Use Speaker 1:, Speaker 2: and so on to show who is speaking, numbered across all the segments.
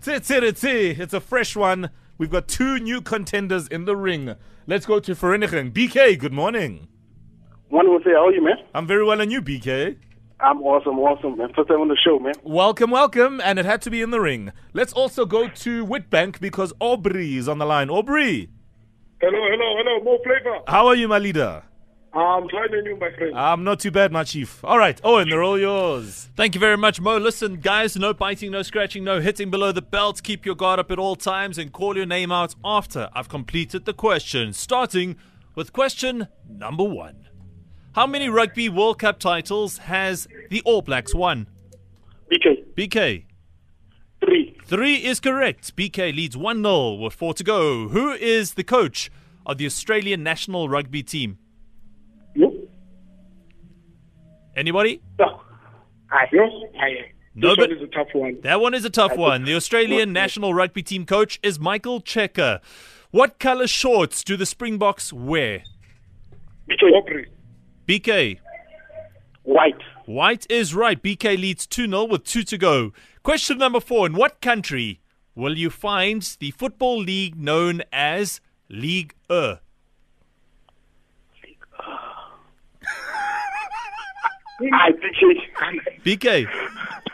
Speaker 1: Tsitsiriti. It's a fresh one. We've got two new contenders in the ring. Let's go to Verenigen. BK, good morning.
Speaker 2: Morning, Jose. How are you, man?
Speaker 1: I'm very well, and you, BK?
Speaker 2: I'm awesome, awesome, man. First time on the show, man.
Speaker 1: Welcome, welcome, and it had to be in the ring. Let's also go to Whitbank because Aubrey is on the line. Aubrey,
Speaker 3: Hello, hello, hello. More flavor.
Speaker 1: how are you, my leader?
Speaker 3: I'm finding you, my
Speaker 2: Uh,
Speaker 3: friend.
Speaker 1: I'm not too bad, my chief. All right, Owen, they're all yours.
Speaker 4: Thank you very much, Mo. Listen, guys, no biting, no scratching, no hitting below the belt. Keep your guard up at all times and call your name out after I've completed the question, starting with question number one. How many Rugby World Cup titles has the All Blacks won?
Speaker 2: BK,
Speaker 4: BK.
Speaker 2: three.
Speaker 4: Three is correct. BK leads 1 0 with four to go. Who is the coach of the Australian national rugby team?
Speaker 2: You?
Speaker 4: Anybody?
Speaker 2: No. I
Speaker 3: No, I am.
Speaker 4: No,
Speaker 3: this
Speaker 4: but-
Speaker 3: one is a tough one.
Speaker 4: That one is a tough one. The Australian national rugby team coach is Michael Checker. What color shorts do the Springboks wear?
Speaker 2: BK,
Speaker 3: Aubrey,
Speaker 4: BK.
Speaker 2: white.
Speaker 4: White is right. BK leads 2 0 with two to go. Question number four In what country will you find the football league known as League E?
Speaker 3: Mm.
Speaker 2: I BK.
Speaker 4: BK.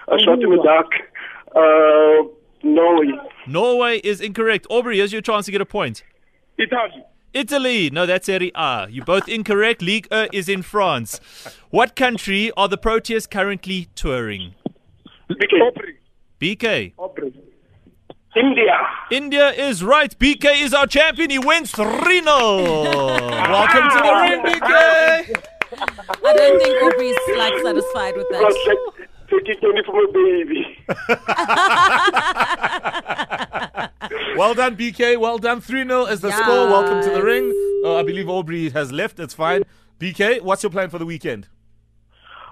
Speaker 2: A shot in the dark. Uh, no.
Speaker 4: Norway is incorrect. Aubrey, here's your chance to get a point.
Speaker 3: Italy,
Speaker 4: Italy. No, that's Serie A. You're both incorrect. League E is in France. What country are the Proteas currently touring?
Speaker 2: BK,
Speaker 3: Aubrey,
Speaker 4: BK.
Speaker 3: Aubrey.
Speaker 2: India.
Speaker 4: India is right. BK is our champion. He wins 3 0. Welcome to the ring, BK.
Speaker 5: I don't think Aubrey's like satisfied with
Speaker 2: God,
Speaker 5: that.
Speaker 2: take, take it only from a baby.
Speaker 1: Well done, BK. Well done. 3 0 is the
Speaker 5: Yes.
Speaker 1: score. Welcome to the ring. Uh, I believe Aubrey has left. It's fine. BK, what's your plan for the weekend?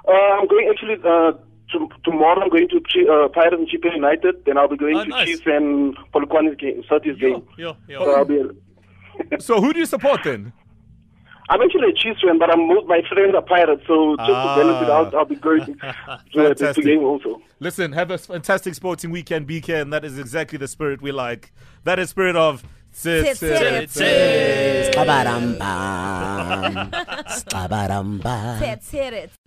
Speaker 2: Uh, I'm going actually uh, to, tomorrow. I'm going to Chi- uh, Pirates and Chipa United. Then I'll be going
Speaker 4: Oh,
Speaker 2: to
Speaker 4: nice.
Speaker 2: Chiefs and Polokwane's game, Southeast game.
Speaker 4: Yo, yo.
Speaker 2: So I'll be.
Speaker 1: Um, So, who do you support then?
Speaker 2: I'm actually a Chiefs fan, but I'm most, my friends are Pirates, so just to balance it
Speaker 4: Ah.
Speaker 2: out, I'll be going to the
Speaker 1: Fantastic.
Speaker 2: game also.
Speaker 1: Listen, have a fantastic sporting weekend, BK, and that is exactly the spirit we like. That is spirit of.
Speaker 5: Tsitsiriti.
Speaker 1: Tsitsiriti.
Speaker 6: Stabaramba. Stabaramba.
Speaker 5: Let's hit it.